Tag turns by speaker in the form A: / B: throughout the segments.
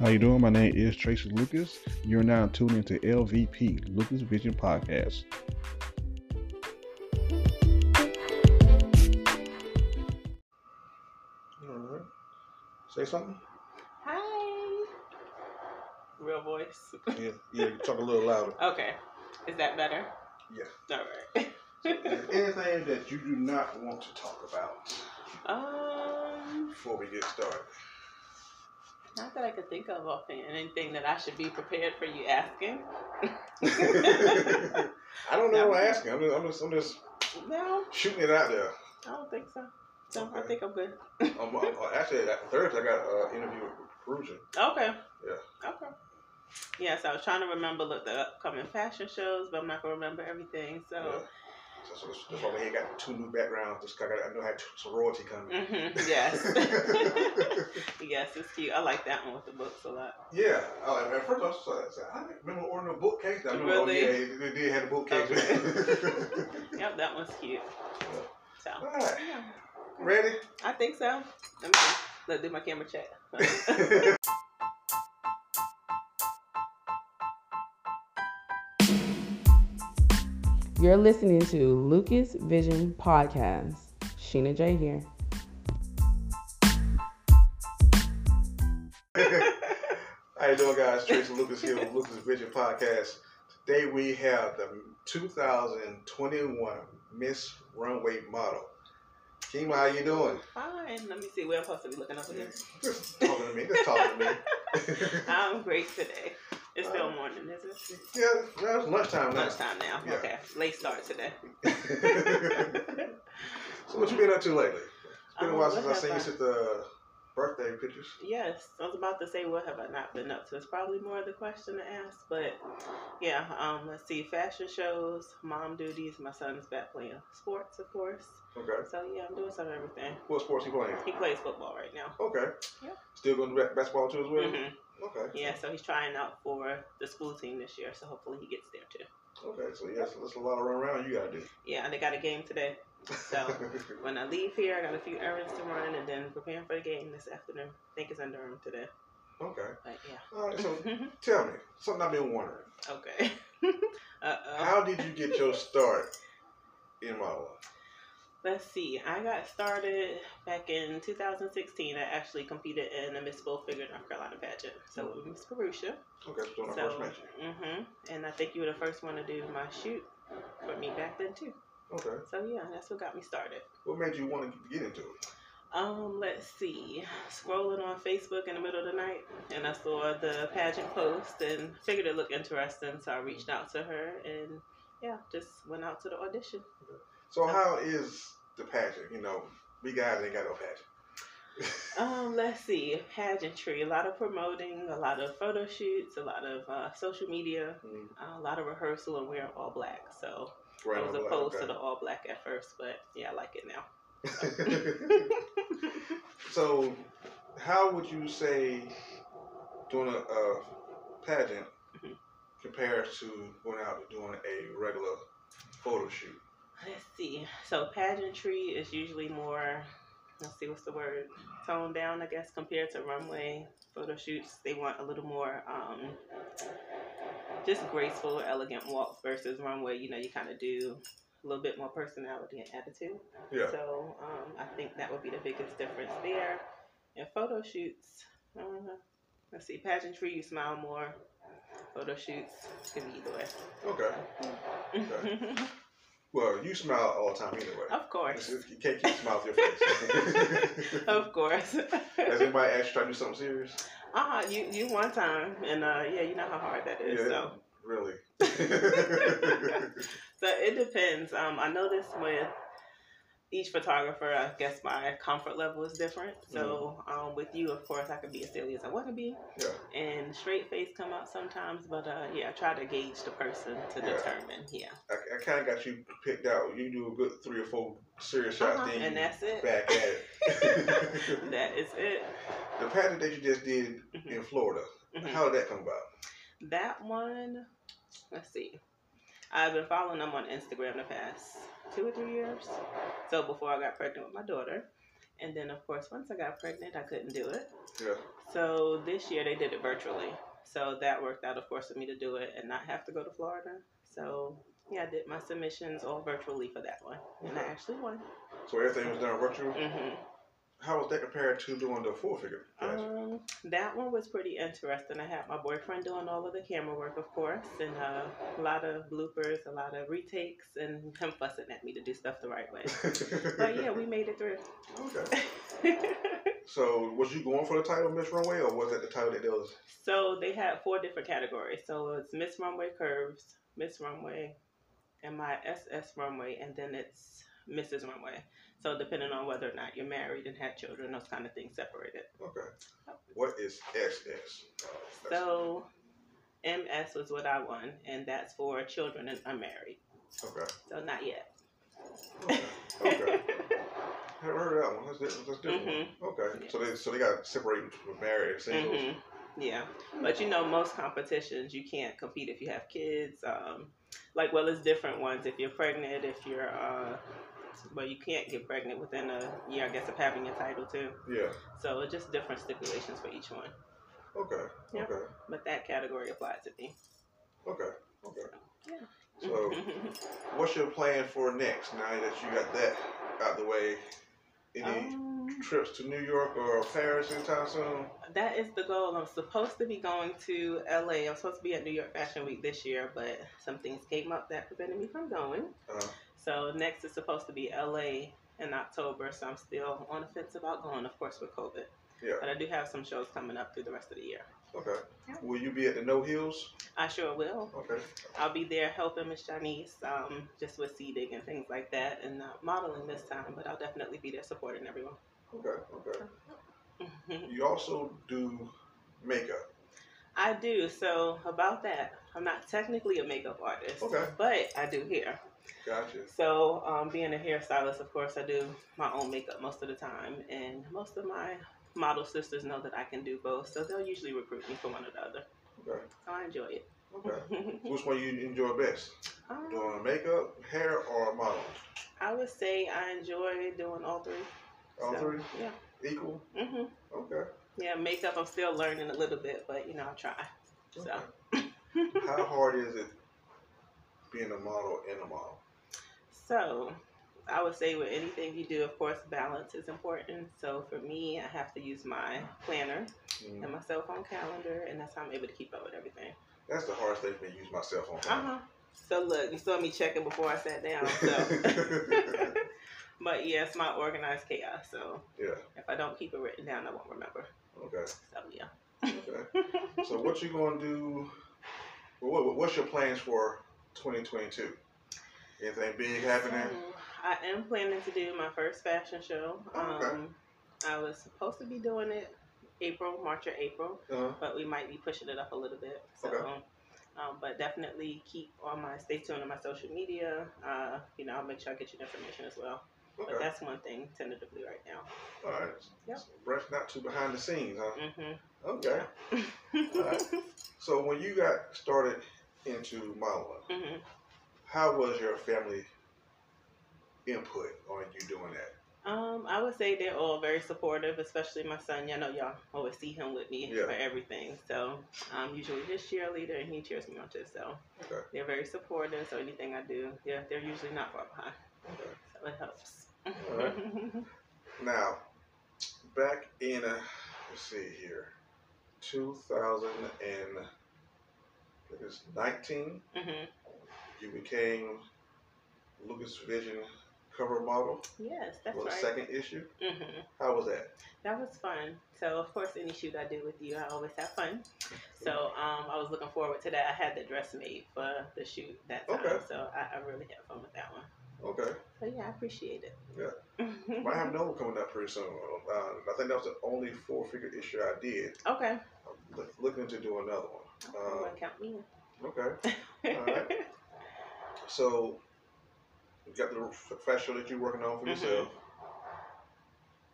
A: How you doing? My name is Tracy Lucas. You're now tuning into LVP Lucas Vision Podcast.
B: All right. Say something.
C: Hi. Real voice.
B: Yeah, yeah. Talk a little louder.
C: Okay. Is that better?
B: Yeah.
C: All right.
B: Anything that you do not want to talk about
C: um,
B: before we get started?
C: not that I could think of offhand. Anything that I should be prepared for you asking?
B: I don't know. what I'm asking. I'm just, I'm just, I'm just
C: No,
B: shooting it out there.
C: I don't think so. No, I
B: Okay.
C: think I'm good.
B: Um, uh, uh, actually, that Thursday I got an uh, interview with Perugia.
C: Okay.
B: Yeah.
C: Okay. Yes, I was trying to remember look, the upcoming fashion shows, but I'm not gonna remember everything. So,
B: So, so that's, that's why we ain't got two new backgrounds. Just 'cause I, got, I know I had sorority coming.
C: hmm yes, yes, it's cute. I like that one with the books a lot.
B: yeah. Uh, at first I was like, I said, I didn't remember ordering a bookcase. I remember,
C: Really?
B: oh, yeah, they did have a bookcase.
C: Yep, that one's cute. So,
B: All right.
C: yeah.
B: Ready?
C: I think so. Let me let do my camera check.
D: You're listening to Lucas Vision Podcast. Sheena J here.
B: How you doing, guys? Tracy Lucas here with Lucas Vision Podcast. Today we have the 2021 Miss Runway model. Kima, how you doing?
C: Fine. Let me see. We're supposed to be looking over here.
B: Just talking to me. Just talking to me.
C: I'm great today. It's still morning, isn't it?
B: yeah, well, it's lunchtime now.
C: Lunchtime now.
B: Uh, Yeah.
C: Okay. Late start today.
B: so what you been up to lately? It's been a
C: Um,
B: while
C: what
B: since I
C: have
B: seen you since the birthday pictures.
C: Yes, I was about to say what have I not been up to. It's probably more of the question to ask, but yeah. Um, let's see. Fashion shows, mom duties. My son's back playing sports, of course.
B: Okay.
C: So yeah, I'm doing some of everything.
B: What sports you playing?
C: He plays football right now.
B: Okay.
C: Yeah.
B: Still going to basketball too as well?
C: hmm
B: Okay.
C: Yeah, so he's trying out for the school team this year. So hopefully he gets there too.
B: Okay, so yes, that's a lot of run around you gotta do.
C: Yeah, and they got a game today. So when I leave here, I got a few errands to run and then preparing for the game this afternoon. I think it's in Durham today.
B: okay.
C: But
B: All right, so
C: yeah.
B: tell me something I've been wondering.
C: okay. uh oh.
B: How did you get your start in modeling?
C: Let's see. I got started back in 2016. I actually competed in the Miss Bull Figure North Carolina pageant. So it was Miss Carucia.
B: Okay, so when I first
C: So,
B: met you.
C: hmm And I think you were the first one to do my shoot for me back then too.
B: Okay,
C: So yeah, that's what got me started.
B: what made you want to get into it?
C: Um, let's see. Scrolling on Facebook in the middle of the night, and I saw the pageant post and figured it looked interesting, so I reached out to her and yeah, just went out to the audition.
B: So
C: Uh-huh.
B: how is the pageant? You know, we guys ain't got no pageant.
C: Um, let's see, pageantry, a lot of promoting, a lot of photo shoots, a lot of uh, social media, uh,
B: Mm,
C: a lot of rehearsal, and we're all black, so I
B: Right.
C: was
B: I'm like,
C: opposed
B: okay.
C: to the all black at first, but yeah, I like it now.
B: so, how would you say doing a, a pageant
C: Mhm.
B: compares to going out and doing a regular photo shoot?
C: Let's see. So pageantry is usually more. Let's see, what's the word? Toned down, I guess, compared to runway photo shoots. They want a little more, um, just graceful, elegant walks versus runway. You know, you kind of do a little bit more personality and attitude.
B: Yeah.
C: So um, I think that would be the biggest difference there. And photo shoots, uh, let's see, pageantry, you smile more. Photo shoots can be either
B: Okay.
C: way.
B: Well, you smile all the time anyway.
C: of course.
B: You can't keep a smile off your face.
C: of course.
B: Has anybody asked you to try to do something serious?
C: uh, you you one time, and uh, yeah, you know how hard that is. So
B: Really?
C: so it depends. Um, I notice with each photographer, I guess my comfort level is different. So um, with you, of course, I can be as silly as I want to be,
B: Mm-hmm. yeah.
C: and straight face come out sometimes. But uh, yeah, I try to gauge the person to
B: Yeah.
C: determine. Yeah,
B: I, I kind of got you picked out. You do a good three or four serious shots,
C: Uh-huh,
B: then
C: and
B: you
C: that's it.
B: back at it.
C: that is it.
B: The pageant that you just did
C: Mhm,
B: in Florida,
C: mhm.
B: how did that come about?
C: That one, let's see. I've been following them on Instagram the past two or three years. So before I got pregnant with my daughter. And then, of course, once I got pregnant, I couldn't do it.
B: Yeah.
C: So this year they did it virtually. So that worked out, of course, for me to do it and not have to go to Florida. So yeah, I did my submissions all virtually for that one, and I actually won.
B: So everything was done virtual.
C: hmm
B: How was that compared to doing the four figure? pageant?
C: Um, that one was pretty interesting. I had my boyfriend doing all of the camera work, of course, and uh, a lot of bloopers, a lot of retakes, and him fussing at me to do stuff the right way. But yeah, we made it through.
B: Okay. So was you going for the title Miss Runway, or was that the title that they was?
C: So they had four different categories. So it's Miss Runway Curves, Miss Runway, and my SS Runway, and then it's Mrs. Runway. So depending on whether or not you're married and had children, those kind of things separated.
B: Okay. What is SS?
C: So MS was what I won, and that's for children and unmarried.
B: Okay.
C: So not yet.
B: Okay. okay. Haven't heard of that one. That's different. That's different.
C: Mm-hmm.
B: Okay. So they so they got separated with married and singles.
C: hmm Yeah, but you know, most competitions you can't compete if you have kids. Um, like, well, it's different ones. If you're pregnant, if you're, uh, well, you can't get pregnant within a year, I guess, of having your title too.
B: Yeah.
C: So it's just different stipulations for each one.
B: Okay.
C: Yeah.
B: Okay.
C: But that category applied to me.
B: Okay. Okay.
C: Yeah.
B: So what's your plan for next? Now that you got that out the way, any
C: Um,
B: trips to New York or Paris anytime soon?
C: that is the goal. I'm supposed to be going to LA. I'm supposed to be at New York Fashion Week this year, but some things came up that prevented me from going.
B: Uh,
C: So next is supposed to be LA in October, so I'm still on the fence about going, of course, with COVID.
B: Yeah.
C: But I do have some shows coming up through the rest of the year.
B: okay.
C: Yeah.
B: Will you be at the No Hills?
C: I sure will.
B: Okay.
C: I'll be there helping Miss Janice, um, just with seeding and things like that, and not modeling this time, but I'll definitely be there supporting everyone.
B: Okay. Okay. You also do makeup.
C: I do. So about that, I'm not technically a makeup artist,
B: Okay.
C: but I do hair.
B: Gotcha.
C: So, um, being a hairstylist, of course, I do my own makeup most of the time, and most of my model sisters know that I can do both, so they'll usually recruit me for one or the other.
B: Okay.
C: So I enjoy it.
B: Okay. Which one you enjoy best?
C: Um,
B: Doing makeup, hair, or modeling?
C: I would say I enjoy doing all three.
B: All
C: So,
B: three
C: Yeah.
B: equal.
C: hmm
B: Okay.
C: Yeah, makeup, I'm still learning a little bit, but you know, I try. So.
B: okay. How hard is it being a model and a model?
C: So, I would say with anything you do, of course, balance is important. So, for me, I have to use my planner
B: Mm.
C: and my cell phone calendar, and that's how I'm able to keep up with everything.
B: That's the hardest thing for me to use my cell phone.
C: Uh huh. So, look, you saw me checking before I sat down. Uh-huh. So. but yeah, it's my organized chaos. So,
B: yeah.
C: if I don't keep it written down, I won't remember.
B: Okay.
C: So, yeah.
B: Okay. so what you gonna do? What, what- what's your plans for 2022? Anything big happening?
C: So, Mm-hmm. I am planning to do my first fashion show.
B: Okay.
C: Um, I was supposed to be doing it April, March or April,
B: Uh,
C: but we might be pushing it up a little bit. So,
B: Okay.
C: um, but definitely keep on my stay tuned on my social media. Uh, you know, I'll make sure I get you the information as well. But
B: okay.
C: that's one thing tentatively right now.
B: All right.
C: Yeah.
B: So Brett's not too behind the scenes, huh?
C: hmm
B: Okay.
C: Mm-hmm.
B: So when you got started into modeling,
C: hmm
B: how was your family input on you doing that?
C: Um, I would say they're all very supportive, especially my son. Y'all know y'all always see him with me
B: Yeah.
C: for everything. So I'm usually his cheerleader, and he cheers me on too. So
B: Okay.
C: they're very supportive. So anything I do, they're they're usually not far behind.
B: Okay.
C: So it helps.
B: All right. Now, back in, uh, let's see here, 2000 and I think it's 19,
C: hmm
B: you became Lucas Vision cover model
C: Yes, that's
B: for the
C: right.
B: second issue.
C: hmm
B: How was that?
C: That was fun. So, of course, any shoot I do with you, I always have fun. So, um, I was looking forward to that. I had the dress made for the shoot that time.
B: Okay.
C: So, I, I really had fun with that one.
B: Okay.
C: So, yeah, I appreciate it.
B: Yeah.
C: Yeah.
B: Might
C: Mm-hmm.
B: have another one coming up pretty soon. Uh, I think that was the only four figure issue I did.
C: okay.
B: I'm look- looking to do another
C: Okay,
B: one.
C: well, count me
B: Um, okay.
C: in.
B: Uh, Alright. So, you got the fashion that you're working on for
C: Mhm.
B: yourself.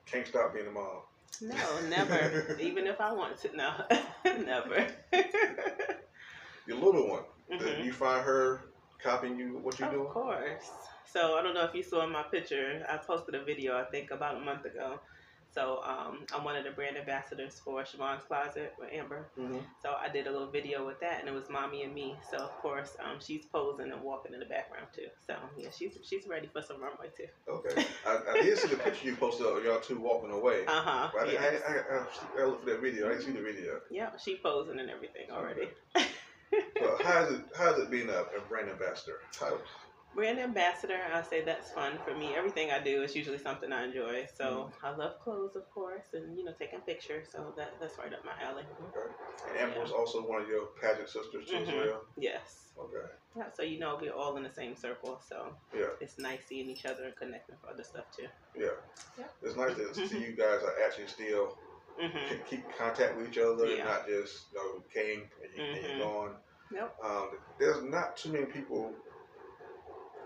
B: Can't stop being a mom.
C: no, never. Even if I want to, no, never.
B: Your little one,
C: Mhm.
B: you find her copying you what you
C: Mm-hmm. Of
B: doing?
C: course. So I don't know if you saw in my picture. I posted a video I think about a month ago. So um, I'm one of the brand ambassadors for Siobhan's Closet with Amber.
B: Mm-hmm.
C: So I did a little video with that, and it was mommy and me. So of course um, she's posing and walking in the background too. So yeah, she's she's ready for some runway too.
B: Okay. I, I did see the picture you posted of y'all two walking away.
C: Uh huh.
B: But I, didn't- I,
C: Yeah.
B: didn't- I, I, I, I looked for that video. I didn't see the video.
C: yeah, she posing and everything already.
B: But how's it how's it being a, a brand ambassador? How,
C: brand ambassador i say that's fun for me everything i do is usually something i enjoy so i love clothes of course and you know taking pictures so that, that's right up my alley
B: and Amber was also one of your pageant sisters too as
C: Mhm.
B: well.
C: yes
B: Okay.
C: yeah, so you know we're all in the same circle so
B: Yeah.
C: it's nice seeing each other and connecting for other stuff too
B: Yeah.
C: Yeah.
B: It's nice to see you guys are actually still
C: hmm
B: can keep contact with each other,
C: Yeah.
B: not just you know, came and, you, and
C: Mhm.
B: you're gone.
C: Yep.
B: Um, there's not too many people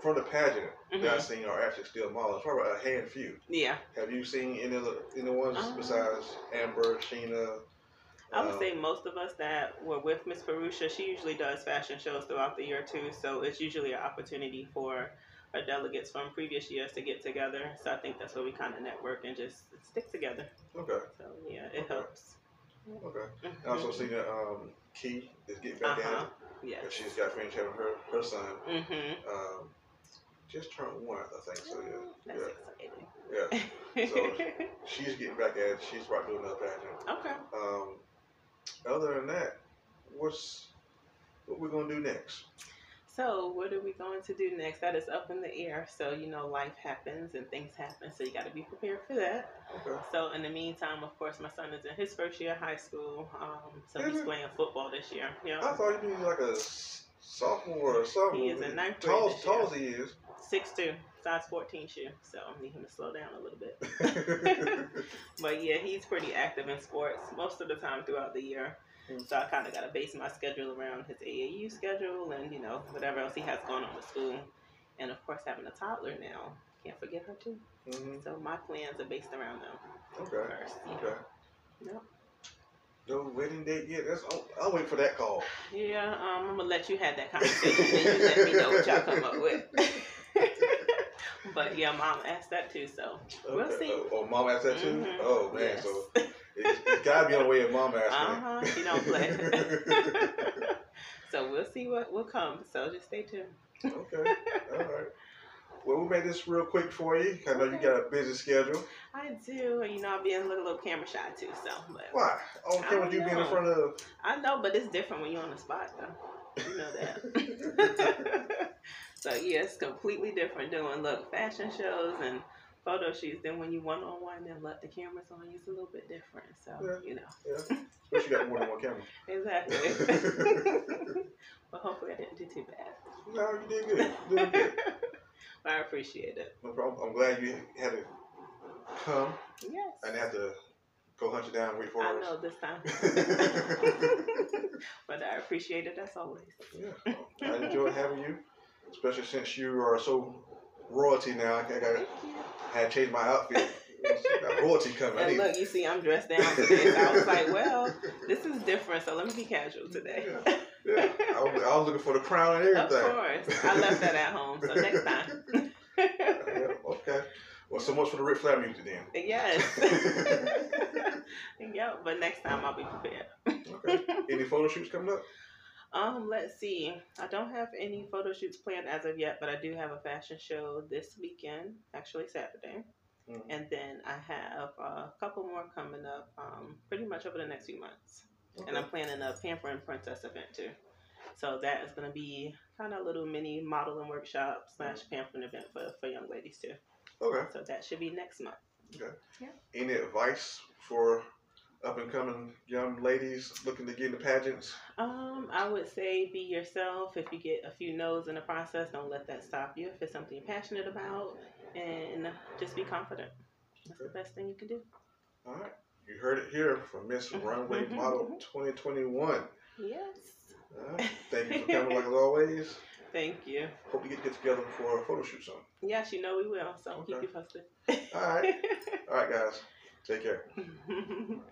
B: from the pageant that I've seen are actually still models. Probably a hand few.
C: Mm-hmm. yeah
B: Have you seen any of the any ones
C: Um,
B: besides Amber, Sheena?
C: i would
B: um,
C: say most of us that were with miss Farusha, she usually does fashion shows throughout the year too so it's usually an opportunity for our delegates from previous years to get together so i think that's where we kind of network and just stick together
B: Um, Okay,
C: So yeah, it
B: Okay.
C: helps. Mm-hmm.
B: okay. I also seen that um, Key is getting back
C: Uh-huh.
B: in.
C: Yes.
B: And she's got friends having her her son.
C: Mm-hmm.
B: Um, just turned one, I think. So yeah,
C: That's
B: yeah, yeah.
C: exciting.
B: She's getting back at. it. She's about to do another pageant.
C: okay.
B: Um, other than that, what's what we're gonna do next?
C: So what are we going to do next? That is up in the air. So you know, life happens and things happen. So you got to be prepared for that.
B: Okay.
C: So in the meantime, of course, my son is in his first year of high school. Um, so
B: Is
C: he's
B: it?
C: playing football this year.
B: I
C: Yeah.
B: thought you'd be like a s- sophomore or something.
C: He is in ninth grade
B: Tall,
C: this
B: tall
C: year.
B: as he is.
C: Six two, size fourteen shoe. So I need him to slow down a little bit. But yeah, he's pretty active in sports most of the time throughout the year.
B: Mm.
C: So I kind of got to base my schedule around his AAU schedule and, you know, whatever else he has going on with school. And of course, having a toddler now. Can't forget her too.
B: hmm
C: So my plans are based around them
B: Okay.
C: first.
B: Okay.
C: Yep.
B: No wedding date yet. That's I'll, I'll wait for that call.
C: Yeah, um, I'm gonna let you have that conversation and you let me know what y'all come up with. but yeah, mom asked that too, so We'll
B: Okay.
C: see.
B: Oh, oh, mom asked that too.
C: Mhm.
B: Oh man,
C: yes.
B: so it's, it's gotta be on the way if mom asked
C: uh
B: me.
C: huh, she don't play. so we'll see what will come. So just stay tuned.
B: okay. All right. Well, we made this real quick for you. I know you
C: Okay.
B: got a busy schedule.
C: I do, and you know, I'm being a little, little camera shy too. So, but
B: Why? On
C: I
B: camera,
C: don't
B: you being in
C: know.
B: front of
C: I know, but it's different when you're on the spot, though. You know that. so yeah, it's completely different doing look fashion shows and photo shoots than when you one on one and look the cameras on you. It's a little bit different. So
B: Yeah.
C: you know
B: But you got more than one camera.
C: exactly. but hopefully, I didn't do too bad.
B: no, you did good. You did good.
C: But I appreciate it.
B: No problem. I'm glad you had to come
C: Yes.
B: and have to go hunt you down and wait for
C: I
B: us.
C: know this time, but I appreciate it as always.
B: Yeah. I enjoyed having you, especially since you are so royalty now. I got
C: Thank you.
B: had to change my outfit. Got royalty coming. I
C: And
B: need-
C: look, you see, I'm dressed down today. So I was like, well, this is different, so let me be casual today.
B: yeah. I, was, I was looking for the crown and
C: Of
B: everything.
C: course. I left that at home, so next time.
B: Yeah, okay. Well, so much for the Ric Flair music then.
C: yes. yeah, but next time I'll be prepared.
B: Okay. Any photo shoots coming up?
C: Um, let's see. I don't have any photo shoots planned as of yet, but I do have a fashion show this weekend, actually Saturday.
B: Mhm.
C: And then I have a couple more coming up um, pretty much over the next few months. and I'm planning a pampering princess event too. So that is going to be kind of a little mini modeling workshop slash
B: Mm-hmm.
C: pampering event for, for young ladies too.
B: Okay.
C: So that should be next month.
B: Any advice for up and coming young ladies looking to get into pageants?
C: Um, I would say be yourself. If you get a few no's in the process, don't let that stop you. If it's something you're passionate about, and just be confident. That's the best thing you can do.
B: All right. You heard it here from Miss Runway Model 2021.
C: Yes.
B: All right. Thank you for coming, like as always.
C: Thank you.
B: Hope you get to get together for a photo shoot soon.
C: Yes, you know we will. So keep
B: Okay.
C: you posted.
B: All right. All right, guys. Take care.